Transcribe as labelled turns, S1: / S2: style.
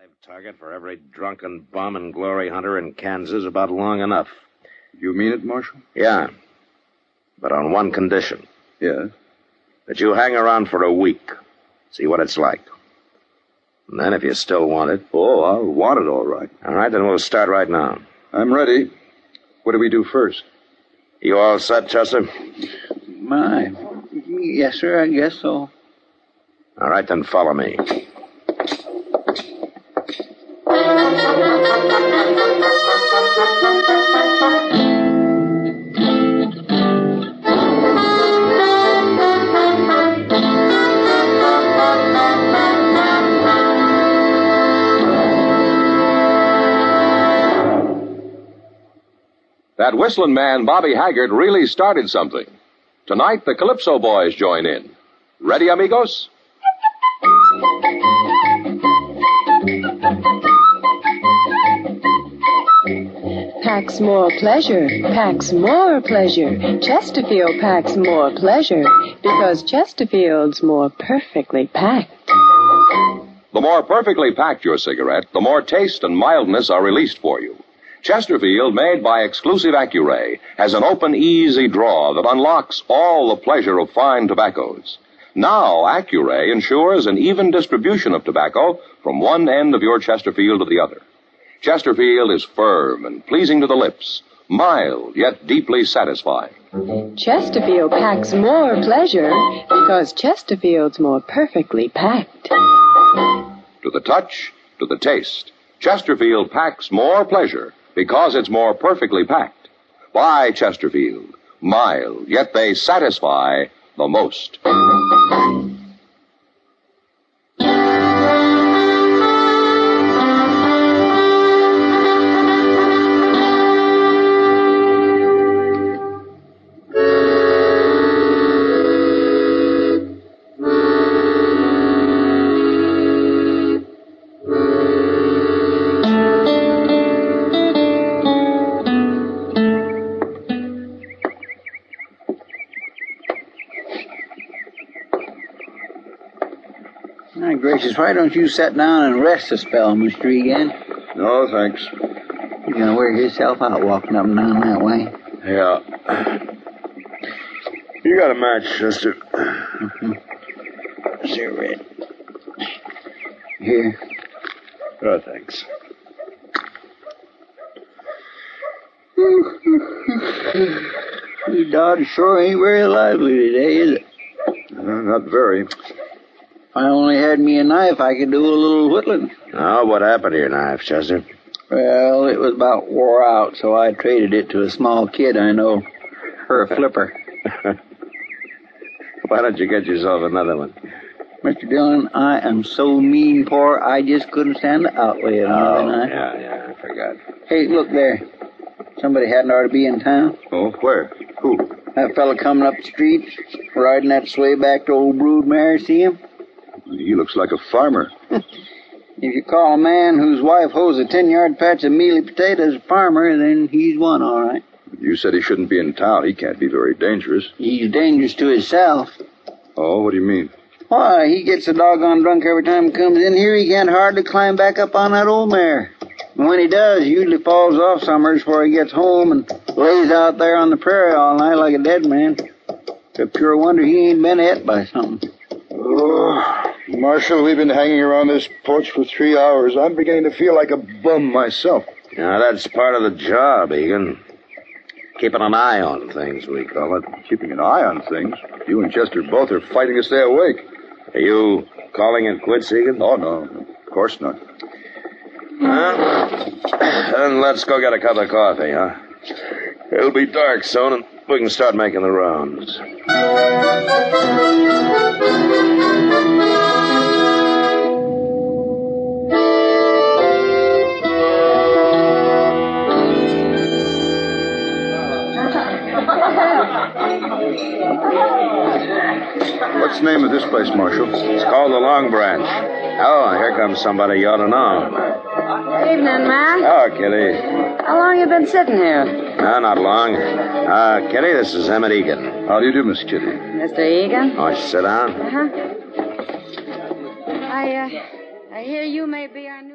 S1: Live target for every drunken bum and glory hunter in Kansas about long enough.
S2: You mean it, Marshal?
S1: Yeah. But on one condition
S2: Yes.
S1: that you hang around for a week, see what it's like. And then, if you still want it,
S2: Oh, I'll want it all right.
S1: all right, then we'll start right now.
S2: I'm ready. What do we do first?
S1: You all set, Chester?
S3: My. Yes, sir, I guess so.
S1: All right, then follow me.
S4: That whistling man, Bobby Haggard, really started something. Tonight, the Calypso Boys join in. Ready, amigos?
S5: packs more pleasure, packs more pleasure. Chesterfield packs more pleasure because Chesterfield's more perfectly packed.
S4: The more perfectly packed your cigarette, the more taste and mildness are released for you. Chesterfield, made by exclusive Accuray, has an open, easy draw that unlocks all the pleasure of fine tobaccos. Now, Accuray ensures an even distribution of tobacco from one end of your Chesterfield to the other. Chesterfield is firm and pleasing to the lips, mild yet deeply satisfying.
S5: Chesterfield packs more pleasure because Chesterfield's more perfectly packed.
S4: to the touch, to the taste. Chesterfield packs more pleasure because it's more perfectly packed. Buy Chesterfield, mild, yet they satisfy the most.
S3: My gracious, why don't you sit down and rest a spell, Mr. Egan?
S2: No, thanks.
S3: You're gonna wear yourself out walking up and down that way.
S2: Yeah. You got a match, Chester.
S3: Cigarette. Here.
S2: Oh, thanks.
S3: Your dog sure ain't very lively today, is it?
S2: Uh, not very.
S3: If I only had me a knife, I could do a little whittling.
S1: Now, what happened to your knife, Chester?
S3: Well, it was about wore out, so I traded it to a small kid I know. Her flipper.
S1: Why don't you get yourself another one?
S3: Mr. Dillon, I am so mean poor, I just couldn't stand the outlay of
S2: Oh,
S3: another knife.
S4: Oh.
S1: yeah, yeah, I forgot.
S3: Hey, look there. Somebody hadn't ought to be in town.
S2: Oh, where? Who?
S3: That fella coming up the street, riding that sway back to old Broodmare, see him?
S2: He looks like a farmer.
S3: If you call a man whose wife hoes a ten yard patch of mealy potatoes a farmer, then he's one, all right.
S2: You said he shouldn't be in town. He can't be very dangerous.
S3: He's dangerous to himself.
S2: Oh, what do you mean?
S3: Why, he gets a doggone drunk every time he comes in here. He can't hardly climb back up on that old mare. And when he does, he usually falls off somewhere before he gets home and lays out there on the prairie all night like a dead man. It's a pure wonder he ain't been hit by something.
S2: Oh, Marshal, we've been hanging around this porch for three hours. I'm beginning to feel like a bum myself.
S1: Now, that's part of the job, Egan. Keeping an eye on things, we call it.
S2: Keeping an eye on things. You and Chester both are fighting to stay awake.
S1: Are you calling it quits, Egan?
S2: Oh, no. Of course not.
S1: Huh? Then let's go get a cup of coffee, huh? It'll be dark soon, and we can start making the rounds.
S2: What's the name of this place, Marshal?
S1: It's called the Long Branch. Oh, here comes somebody you ought to know.
S6: Evening, Ma.
S1: Oh, Kitty.
S6: How long you been sitting here?
S1: No, not long. Uh, Kitty, this is Emmett Egan.
S2: How do you do, Miss Kitty?
S6: Mr. Egan?
S1: Won't you sit down?
S6: Uh-huh. I, uh, I hear you may be our new...